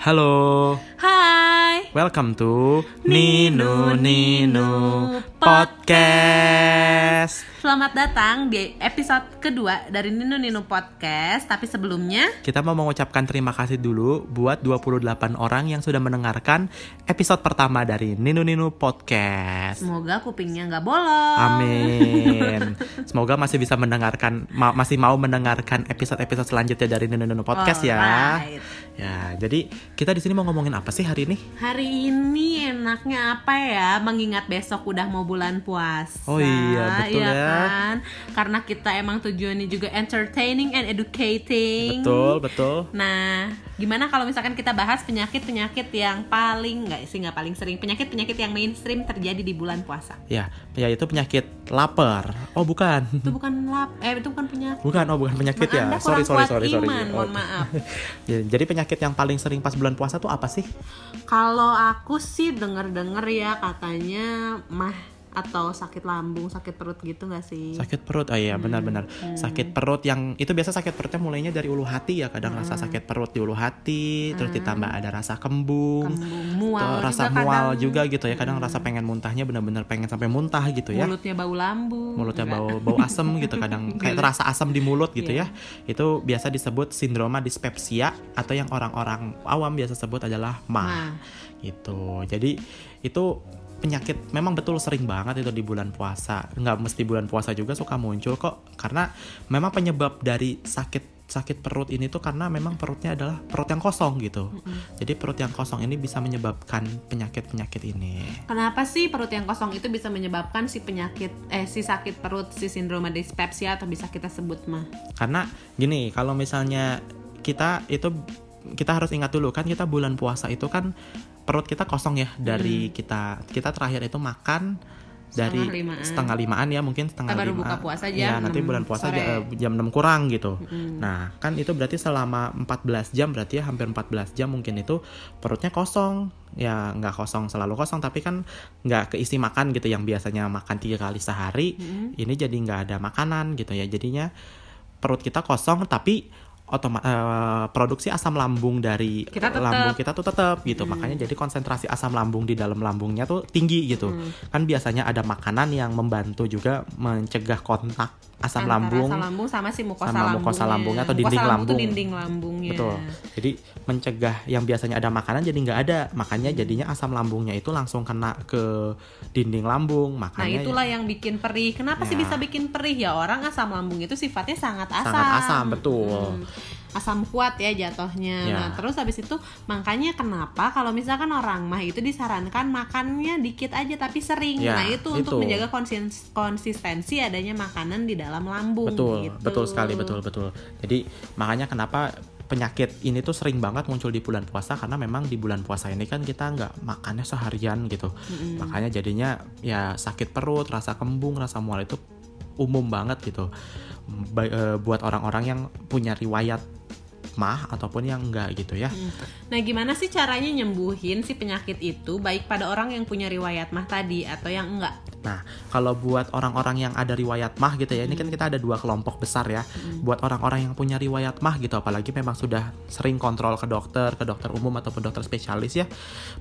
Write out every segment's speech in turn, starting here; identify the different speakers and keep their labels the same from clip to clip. Speaker 1: Halo,
Speaker 2: Hai,
Speaker 1: welcome to Nino Nino Podcast.
Speaker 2: selamat datang di episode kedua dari Nino Nino Podcast. Tapi sebelumnya,
Speaker 1: Kita mau mengucapkan terima kasih dulu buat 28 orang yang sudah mendengarkan episode pertama dari Nino Nino Podcast.
Speaker 2: semoga kupingnya nggak bolong.
Speaker 1: Amin. Semoga masih bisa mendengarkan ma- masih mau mendengarkan episode-episode selanjutnya dari Nino Nino Podcast ya.
Speaker 2: Alright.
Speaker 1: Ya, jadi kita di sini mau ngomongin apa sih hari ini?
Speaker 2: Hari ini enaknya apa ya? Mengingat besok udah mau bulan puasa.
Speaker 1: Oh iya, betul ya.
Speaker 2: kan? Karena kita emang tujuannya juga entertaining and educating.
Speaker 1: Betul, betul.
Speaker 2: Nah, gimana kalau misalkan kita bahas penyakit-penyakit yang paling nggak sih nggak paling sering penyakit-penyakit yang mainstream terjadi di bulan puasa?
Speaker 1: Ya, yaitu penyakit lapar. Oh, bukan.
Speaker 2: Itu bukan lap, eh itu bukan penyakit.
Speaker 1: Bukan, oh bukan penyakit
Speaker 2: Emang
Speaker 1: ya.
Speaker 2: Anda
Speaker 1: Sorry,
Speaker 2: kurang
Speaker 1: sorry,
Speaker 2: kuat
Speaker 1: sorry, sorry.
Speaker 2: iman,
Speaker 1: Oh.
Speaker 2: mohon maaf.
Speaker 1: Ya, Jadi penyakit yang paling sering pas bulan puasa tuh apa sih?
Speaker 2: Kalau aku sih denger-denger ya katanya mah atau sakit lambung, sakit perut gitu nggak sih?
Speaker 1: Sakit perut. Oh iya,
Speaker 2: Hmm.
Speaker 1: benar-benar. Sakit perut yang itu biasa sakit perutnya mulainya dari ulu hati ya. Kadang
Speaker 2: Hmm.
Speaker 1: rasa sakit perut di ulu hati, terus ditambah ada rasa kembung,
Speaker 2: Lambung
Speaker 1: atau
Speaker 2: Hmm. mual
Speaker 1: rasa mual
Speaker 2: juga kadang. Hmm.
Speaker 1: juga gitu ya. Kadang rasa pengen muntahnya benar-benar pengen sampai muntah gitu ya.
Speaker 2: Mulutnya bau lambung.
Speaker 1: mulutnya
Speaker 2: juga.
Speaker 1: bau bau asam gitu kadang kayak terasa asam di mulut gitu
Speaker 2: Iya.
Speaker 1: ya itu biasa disebut sindroma dispepsia atau yang orang-orang awam biasa sebut adalah
Speaker 2: Mah.
Speaker 1: mah gitu jadi itu penyakit memang betul sering banget itu di bulan puasa nggak mesti bulan puasa juga suka muncul kok karena memang penyebab dari sakit sakit perut ini tuh karena memang perutnya adalah perut yang kosong gitu jadi perut yang kosong ini bisa menyebabkan penyakit penyakit ini
Speaker 2: Kenapa sih perut yang kosong itu bisa menyebabkan si penyakit eh si sakit perut, si sindroma dispepsia atau bisa kita sebut mah?
Speaker 1: karena gini kalau misalnya kita itu kita harus ingat dulu kan kita bulan puasa itu kan perut kita kosong ya dari kita kita terakhir itu makan dari
Speaker 2: Hmm. Setengah limaan.
Speaker 1: setengah limaan ya mungkin setengah
Speaker 2: Kita baru
Speaker 1: lima.
Speaker 2: buka puasa jam
Speaker 1: ya nanti
Speaker 2: 6
Speaker 1: bulan puasa
Speaker 2: sore. Hmm.
Speaker 1: ja- eh, jam 6 kurang gitu
Speaker 2: Mm-mm.
Speaker 1: nah kan itu berarti selama 14 jam berarti ya hampir 14 jam mungkin itu perutnya kosong ya nggak kosong selalu kosong tapi kan nggak keisi makan gitu yang biasanya makan tiga kali sehari
Speaker 2: Mm-mm.
Speaker 1: ini jadi nggak ada makanan gitu ya jadinya perut kita kosong tapi otoma- eh, produksi asam lambung dari
Speaker 2: Kita tetep. Hmm.
Speaker 1: lambung kita tuh tetap gitu makanya jadi konsentrasi asam lambung di dalam lambungnya tuh tinggi gitu
Speaker 2: Hmm.
Speaker 1: kan biasanya ada makanan yang membantu juga mencegah kontak asam
Speaker 2: Antara
Speaker 1: lambung
Speaker 2: asam lambung sama si mukosa
Speaker 1: sama
Speaker 2: lambungnya.
Speaker 1: mukosa lambungnya atau
Speaker 2: Mukosa
Speaker 1: dinding
Speaker 2: lambung tuh
Speaker 1: lambung.
Speaker 2: dinding lambungnya.
Speaker 1: Betul. Jadi mencegah yang biasanya ada makanan jadi nggak ada. Makanya
Speaker 2: Hmm.
Speaker 1: jadinya asam lambungnya itu langsung kena ke dinding lambung.
Speaker 2: Nah
Speaker 1: Makanya
Speaker 2: itulah yang bikin perih. Kenapa sih
Speaker 1: Ya.
Speaker 2: bisa bikin perih ya orang asam lambung itu sifatnya sangat asam.
Speaker 1: Sangat asam, betul.
Speaker 2: Asam kuat ya jatuhnya.
Speaker 1: Ya.
Speaker 2: Nah terus habis itu makanya kenapa kalau misalkan orang mah itu disarankan makannya dikit aja tapi sering.
Speaker 1: Ya,
Speaker 2: nah itu, untuk
Speaker 1: itu.
Speaker 2: menjaga konsisten- konsistensi adanya makanan di dalam lambung.
Speaker 1: betul,
Speaker 2: gitu.
Speaker 1: betul sekali, betul, betul. Jadi makanya kenapa penyakit ini tuh sering banget muncul di bulan puasa karena memang di bulan puasa ini kan kita nggak makannya seharian gitu.
Speaker 2: Mm-mm.
Speaker 1: Makanya jadinya ya sakit perut, rasa kembung, rasa mual itu umum banget gitu. Ba- eh, buat orang-orang yang punya riwayat mah ataupun yang enggak gitu ya.
Speaker 2: Nah, gimana sih caranya nyembuhin si penyakit itu baik pada orang yang punya riwayat mah tadi atau yang enggak?
Speaker 1: Nah, kalau buat orang-orang yang ada riwayat mah gitu ya, ini kan kita ada dua kelompok besar ya.
Speaker 2: Hmm.
Speaker 1: Buat orang-orang yang punya riwayat mah gitu, apalagi memang sudah sering kontrol ke dokter, ke dokter umum ataupun dokter spesialis ya,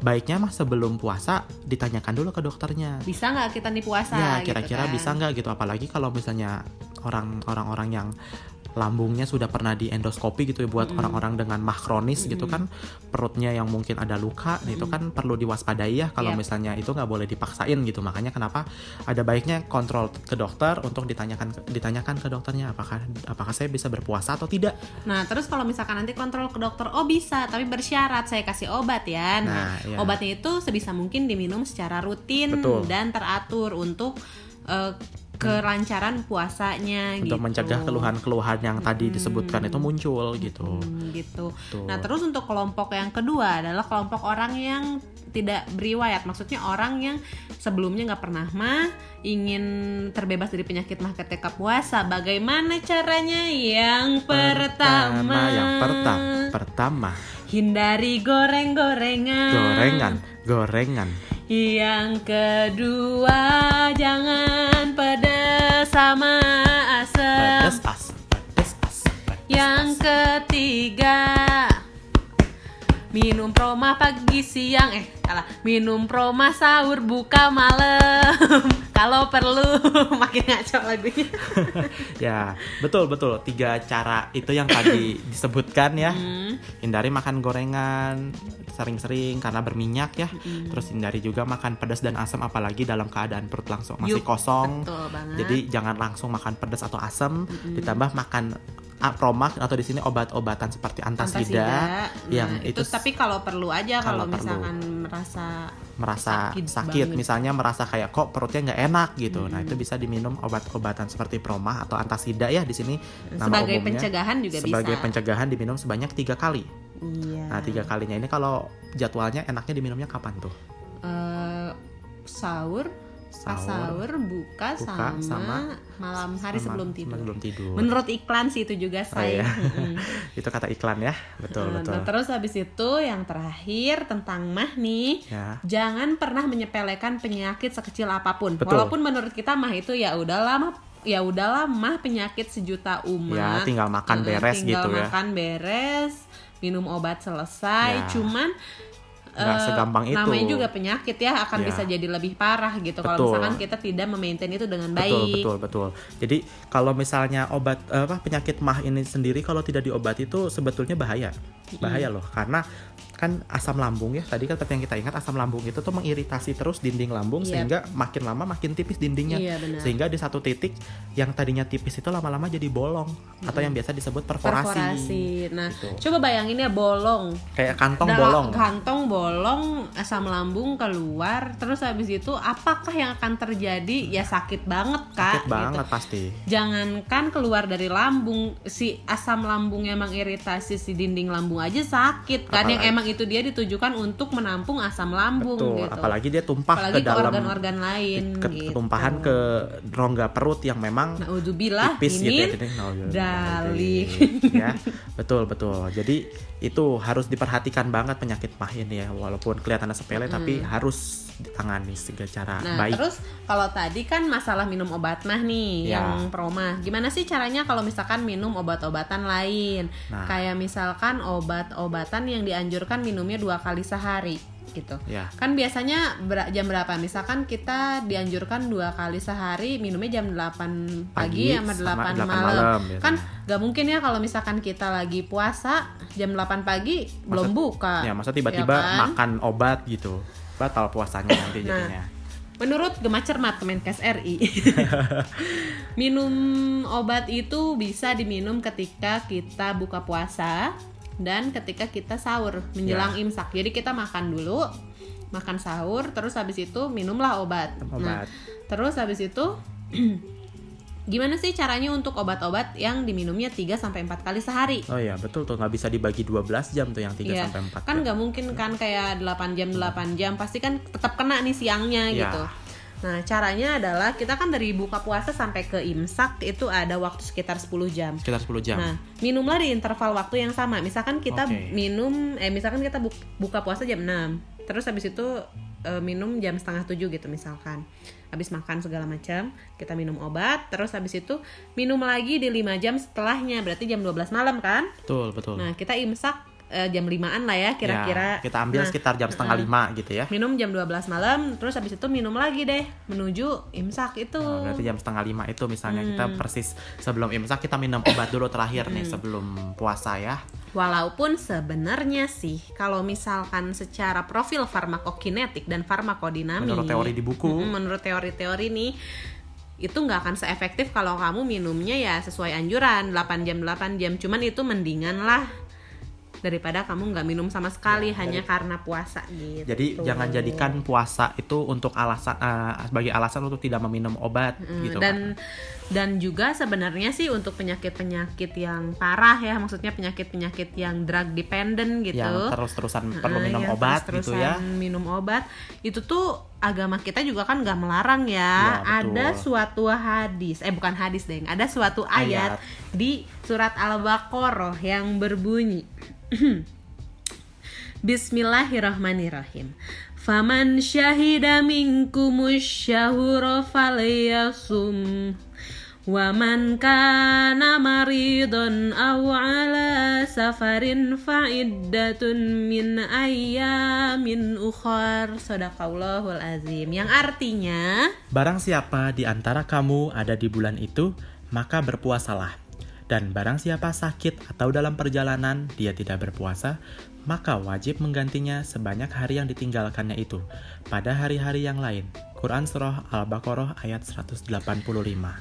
Speaker 1: baiknya mah sebelum puasa ditanyakan dulu ke dokternya.
Speaker 2: Bisa nggak kita nih puasa?
Speaker 1: Ya,
Speaker 2: gitu
Speaker 1: kira-kira
Speaker 2: kan?
Speaker 1: bisa nggak gitu? Apalagi kalau misalnya orang- orang-orang yang lambungnya sudah pernah di endoskopi gitu ya buat orang-orang dengan mah kronis gitu kan perutnya yang mungkin ada luka nah itu kan perlu diwaspadai ya kalau
Speaker 2: Yap.
Speaker 1: misalnya itu nggak boleh dipaksain gitu makanya kenapa ada baiknya kontrol ke dokter untuk ditanyakan ke- ditanyakan ke dokternya apakah apakah saya bisa berpuasa atau tidak
Speaker 2: Nah, terus kalau misalkan nanti kontrol ke dokter, oh bisa, tapi bersyarat saya kasih obat ya.
Speaker 1: Nah,
Speaker 2: Nah,
Speaker 1: iya.
Speaker 2: obatnya itu sebisa mungkin diminum secara rutin
Speaker 1: Betul.
Speaker 2: dan teratur untuk eh, kelancaran puasanya
Speaker 1: untuk
Speaker 2: gitu.
Speaker 1: mencegah keluhan-keluhan yang tadi disebutkan itu muncul gitu
Speaker 2: Hmm, gitu.
Speaker 1: Tuh.
Speaker 2: Nah, terus untuk kelompok yang kedua adalah kelompok orang yang tidak beriwayat. Maksudnya orang yang sebelumnya nggak pernah mah ingin terbebas dari penyakit mah ketika puasa. Bagaimana caranya? Yang pertama,
Speaker 1: yang pertama pertama
Speaker 2: hindari goreng-gorengan.
Speaker 1: gorengan gorengan
Speaker 2: Yang kedua, jangan pedas sama asam.
Speaker 1: pedes as pedes as pedes
Speaker 2: Yang ketiga minum proma pagi siang eh salah minum proma sahur buka malam kalau perlu makin ngaco lagunya
Speaker 1: ya betul betul tiga cara itu yang tadi disebutkan ya hindari makan gorengan sering-sering karena berminyak ya terus hindari juga makan pedas dan asam apalagi dalam keadaan perut langsung masih
Speaker 2: Yup,
Speaker 1: kosong
Speaker 2: betul banget
Speaker 1: jadi jangan langsung makan pedas atau asam ditambah makan apromak atau di sini obat-obatan seperti antasida
Speaker 2: Antasida,
Speaker 1: yang
Speaker 2: nah,
Speaker 1: itu
Speaker 2: itu,
Speaker 1: s-
Speaker 2: tapi kalau perlu aja kalau,
Speaker 1: kalau perlu.
Speaker 2: misalkan merasa
Speaker 1: merasa
Speaker 2: Sakit
Speaker 1: sakit,
Speaker 2: banget.
Speaker 1: misalnya merasa kayak kok perutnya nggak enak gitu nah itu bisa diminum obat-obatan seperti promah atau antasida ya di sini nama
Speaker 2: sebagai
Speaker 1: umumnya
Speaker 2: pencegahan juga
Speaker 1: sebagai
Speaker 2: bisa
Speaker 1: pencegahan diminum sebanyak tiga kali
Speaker 2: iya
Speaker 1: nah tiga kalinya ini kalau jadwalnya enaknya diminumnya kapan tuh
Speaker 2: Eh, sahur pas
Speaker 1: Sahur,
Speaker 2: sahur buka,
Speaker 1: buka,
Speaker 2: sama,
Speaker 1: sama
Speaker 2: malam hari
Speaker 1: sama-
Speaker 2: sebelum
Speaker 1: sama
Speaker 2: tidur
Speaker 1: sebelum tidur.
Speaker 2: menurut iklan sih itu juga saya
Speaker 1: iya. itu kata iklan ya
Speaker 2: Hmm,
Speaker 1: betul betul
Speaker 2: terus habis itu yang terakhir tentang mah nih
Speaker 1: ya
Speaker 2: jangan pernah menyepelekan penyakit sekecil apapun
Speaker 1: Betul.
Speaker 2: walaupun menurut kita mah itu ya udahlah mah ya udahlah mah penyakit
Speaker 1: ya
Speaker 2: sejuta umat
Speaker 1: tinggal makan
Speaker 2: Heeh,
Speaker 1: beres
Speaker 2: tinggal
Speaker 1: gitu ya
Speaker 2: makan beres minum obat selesai
Speaker 1: Ya.
Speaker 2: cuman
Speaker 1: Nggak
Speaker 2: eh,
Speaker 1: segampang itu.
Speaker 2: namanya juga penyakit ya akan
Speaker 1: Ya.
Speaker 2: bisa jadi lebih parah gitu kalau
Speaker 1: Betul.
Speaker 2: misalkan kita tidak memaintain itu dengan baik
Speaker 1: Betul, betul, betul. Jadi kalau misalnya obat eh, apa penyakit mah ini sendiri kalau tidak diobati itu sebetulnya bahaya. Bahaya loh karena kan asam lambung ya tadi kan seperti yang kita ingat asam lambung itu tuh mengiritasi terus dinding lambung
Speaker 2: Yap.
Speaker 1: sehingga makin lama makin tipis dindingnya.
Speaker 2: Iya, benar.
Speaker 1: Sehingga di satu titik yang tadinya tipis itu lama-lama jadi bolong atau yang biasa disebut perforasi.
Speaker 2: perforasi nah
Speaker 1: Gitu.
Speaker 2: coba bayangin ya bolong
Speaker 1: Kayak kantong
Speaker 2: Dalam-
Speaker 1: bolong.
Speaker 2: kantong bolong asam lambung keluar terus habis itu apakah yang akan terjadi ya sakit banget
Speaker 1: Sakit
Speaker 2: kak gitu.
Speaker 1: banget pasti.
Speaker 2: jangankan keluar dari lambung si asam lambung yang mengiritasi si dinding lambung aja sakit kan yang
Speaker 1: Apalagi-
Speaker 2: emang itu dia ditujukan untuk menampung asam lambung
Speaker 1: Betul,
Speaker 2: gitu
Speaker 1: apalagi dia tumpah ke
Speaker 2: apalagi ke
Speaker 1: dalam
Speaker 2: organ-organ lain
Speaker 1: ke,
Speaker 2: gitu.
Speaker 1: ketumpahan ke rongga perut yang memang
Speaker 2: nah udzubillah
Speaker 1: tipis gitu
Speaker 2: ini
Speaker 1: ya jadi nol gitu.
Speaker 2: dalih.
Speaker 1: ya betul betul jadi itu harus diperhatikan banget penyakit mah ini ya walaupun kelihatannya sepele tapi harus ditangani segala cara
Speaker 2: Hmm. Nah,
Speaker 1: ah, baik
Speaker 2: terus kalau tadi kan masalah minum obat mah nih
Speaker 1: Ya.
Speaker 2: yang proma. Gimana sih caranya kalau misalkan minum obat-obatan lain?
Speaker 1: Nah.
Speaker 2: Kayak misalkan obat-obatan yang dianjurkan minumnya dua kali sehari gitu.
Speaker 1: ya
Speaker 2: Kan biasanya ber- jam berapa? Misalkan kita dianjurkan dua kali sehari minumnya jam 8 pagi, sama 8, malam.
Speaker 1: biasanya.
Speaker 2: Kan gak mungkin ya kalau misalkan kita lagi puasa jam 8 pagi belum buka.
Speaker 1: ya masa tiba-tiba
Speaker 2: ya kan?
Speaker 1: makan obat gitu batal puasanya nanti
Speaker 2: Nah.
Speaker 1: jadinya
Speaker 2: Menurut Gema Cermat Kemenkes RI, minum obat itu bisa diminum ketika kita buka puasa dan ketika kita sahur menjelang imsak. Jadi kita makan dulu, makan sahur, terus habis itu minumlah obat.
Speaker 1: Kan
Speaker 2: Nah,
Speaker 1: obat
Speaker 2: terus habis itu gimana sih caranya untuk obat-obat yang diminumnya 3 sampai 4 kali sehari?
Speaker 1: oh ya betul tuh nggak bisa dibagi 12 jam tuh yang 3
Speaker 2: Iya,
Speaker 1: sampai ya. 4
Speaker 2: kan nggak mungkin kan kayak 8 jam 8 jam pasti kan tetap kena nih siangnya
Speaker 1: Iya.
Speaker 2: gitu nah caranya adalah kita kan dari buka puasa sampai ke imsak itu ada waktu sekitar 10 jam
Speaker 1: sekitar 10 jam
Speaker 2: Nah, minumlah di interval waktu yang sama. Misalkan kita
Speaker 1: Oke.
Speaker 2: minum, eh misalkan kita bu- buka puasa jam 6, terus habis itu eh, minum jam setengah 7 gitu misalkan. Habis makan segala macam, kita minum obat, terus habis itu minum lagi di 5 jam setelahnya, berarti jam 12 malam kan?
Speaker 1: betul betul
Speaker 2: Nah, kita imsak eh, jam 5-an lah ya kira-kira.
Speaker 1: Ya, kita ambil
Speaker 2: Nah,
Speaker 1: sekitar jam setengah lima gitu ya
Speaker 2: minum jam 12 malam, terus habis itu minum lagi deh menuju imsak itu.
Speaker 1: Oh, berarti jam setengah lima itu misalnya kita
Speaker 2: Hmm.
Speaker 1: persis sebelum imsak kita minum obat dulu terakhir nih sebelum puasa ya.
Speaker 2: Walaupun sebenarnya sih kalau misalkan secara profil farmakokinetik dan farmakodinamik
Speaker 1: Menurut teori di buku.
Speaker 2: Mm-mm, menurut teori-teori nih itu nggak akan seefektif kalau kamu minumnya ya sesuai anjuran 8 jam 8 jam cuman itu mendingan lah daripada kamu nggak minum sama sekali hanya karena puasa gitu.
Speaker 1: Ya, Jadi jangan jadikan puasa itu untuk alasan eh, sebagai alasan untuk tidak meminum obat
Speaker 2: Mm,
Speaker 1: gitu.
Speaker 2: dan dan juga sebenarnya sih untuk penyakit-penyakit yang parah ya maksudnya penyakit-penyakit yang drug dependent gitu.
Speaker 1: yang terus-terusan Hmm, perlu
Speaker 2: Heeh,
Speaker 1: minum
Speaker 2: hmm, yang
Speaker 1: obat gitu
Speaker 2: terus-terusan
Speaker 1: ya.
Speaker 2: minum obat itu tuh agama kita juga kan nggak melarang
Speaker 1: Ya,
Speaker 2: ya,
Speaker 1: betul.
Speaker 2: ada suatu hadis eh bukan hadis deh ada suatu ayat,
Speaker 1: Ayat.
Speaker 2: di surat al-baqarah yang berbunyi Bismillahirrahmanirrahim faman syahida minkumus syahura falyasum ومن كان مريضا أو على سفر فعدة من أيام أخر Sadaqallahul Azim Yang artinya
Speaker 1: Barang siapa di antara kamu ada di bulan itu, maka berpuasalah. Dan barang siapa sakit atau dalam perjalanan dia tidak berpuasa, maka wajib menggantinya sebanyak hari yang ditinggalkannya itu pada hari-hari yang lain. Quran Surah Al-Baqarah ayat 185.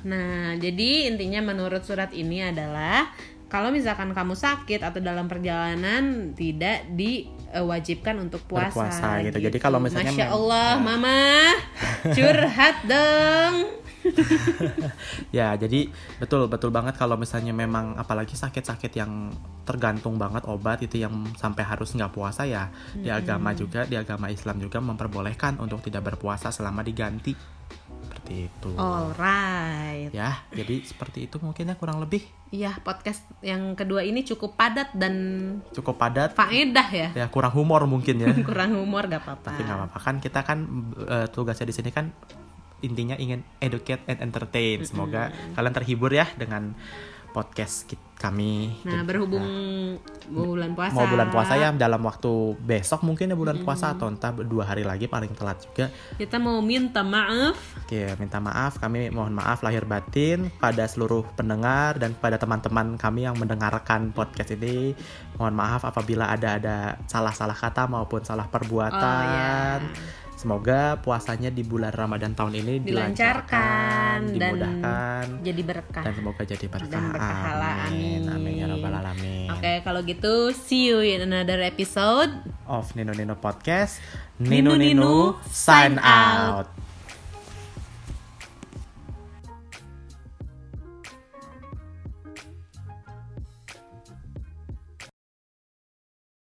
Speaker 2: Nah, jadi intinya menurut surat ini adalah kalau misalkan kamu sakit atau dalam perjalanan tidak diwajibkan untuk puasa.
Speaker 1: Berpuasa gitu. Jadi kalau misalnya
Speaker 2: Masya
Speaker 1: mem-
Speaker 2: Allah,
Speaker 1: ya.
Speaker 2: Mama curhat dong.
Speaker 1: Ya, jadi betul betul banget kalau misalnya memang apalagi sakit-sakit yang tergantung banget obat itu yang sampai harus nggak puasa ya. Di agama juga, di agama Islam juga memperbolehkan untuk tidak berpuasa selama diganti. Seperti itu.
Speaker 2: Oh. Alright.
Speaker 1: Ya, jadi seperti itu mungkin ya kurang lebih
Speaker 2: Iya, podcast yang kedua ini cukup padat dan
Speaker 1: cukup padat.
Speaker 2: faedah ya.
Speaker 1: Ya, kurang humor mungkin ya.
Speaker 2: Kurang humor gak
Speaker 1: Tapi nggak
Speaker 2: apa-apa.
Speaker 1: apa-apa kan kita kan eh, tugasnya di sini kan intinya ingin educate and entertain. Semoga kalian terhibur ya dengan podcast kit- kami.
Speaker 2: Nah, berhubung bulan puasa.
Speaker 1: mau bulan puasa ya dalam waktu besok mungkin ya bulan puasa atau entah dua hari lagi paling telat juga
Speaker 2: Kita mau minta maaf.
Speaker 1: oke minta maaf kami mohon maaf lahir batin pada seluruh pendengar dan pada teman-teman kami yang mendengarkan podcast ini mohon maaf apabila ada ada salah-salah kata maupun salah perbuatan
Speaker 2: Oh,
Speaker 1: semoga puasanya di bulan ramadan tahun ini
Speaker 2: Dilancarkan
Speaker 1: dilancarkan,
Speaker 2: dan-
Speaker 1: dimudahkan
Speaker 2: Jadi berkah.
Speaker 1: dan semoga jadi berkah
Speaker 2: berpahala.
Speaker 1: amin amin ya
Speaker 2: Amin.
Speaker 1: rabbal alamin
Speaker 2: Oke, kalau gitu see you in another episode.
Speaker 1: of Nino Nino Podcast. Nino Nino,
Speaker 2: Nino Nino,
Speaker 1: sign
Speaker 2: sign out.
Speaker 1: out.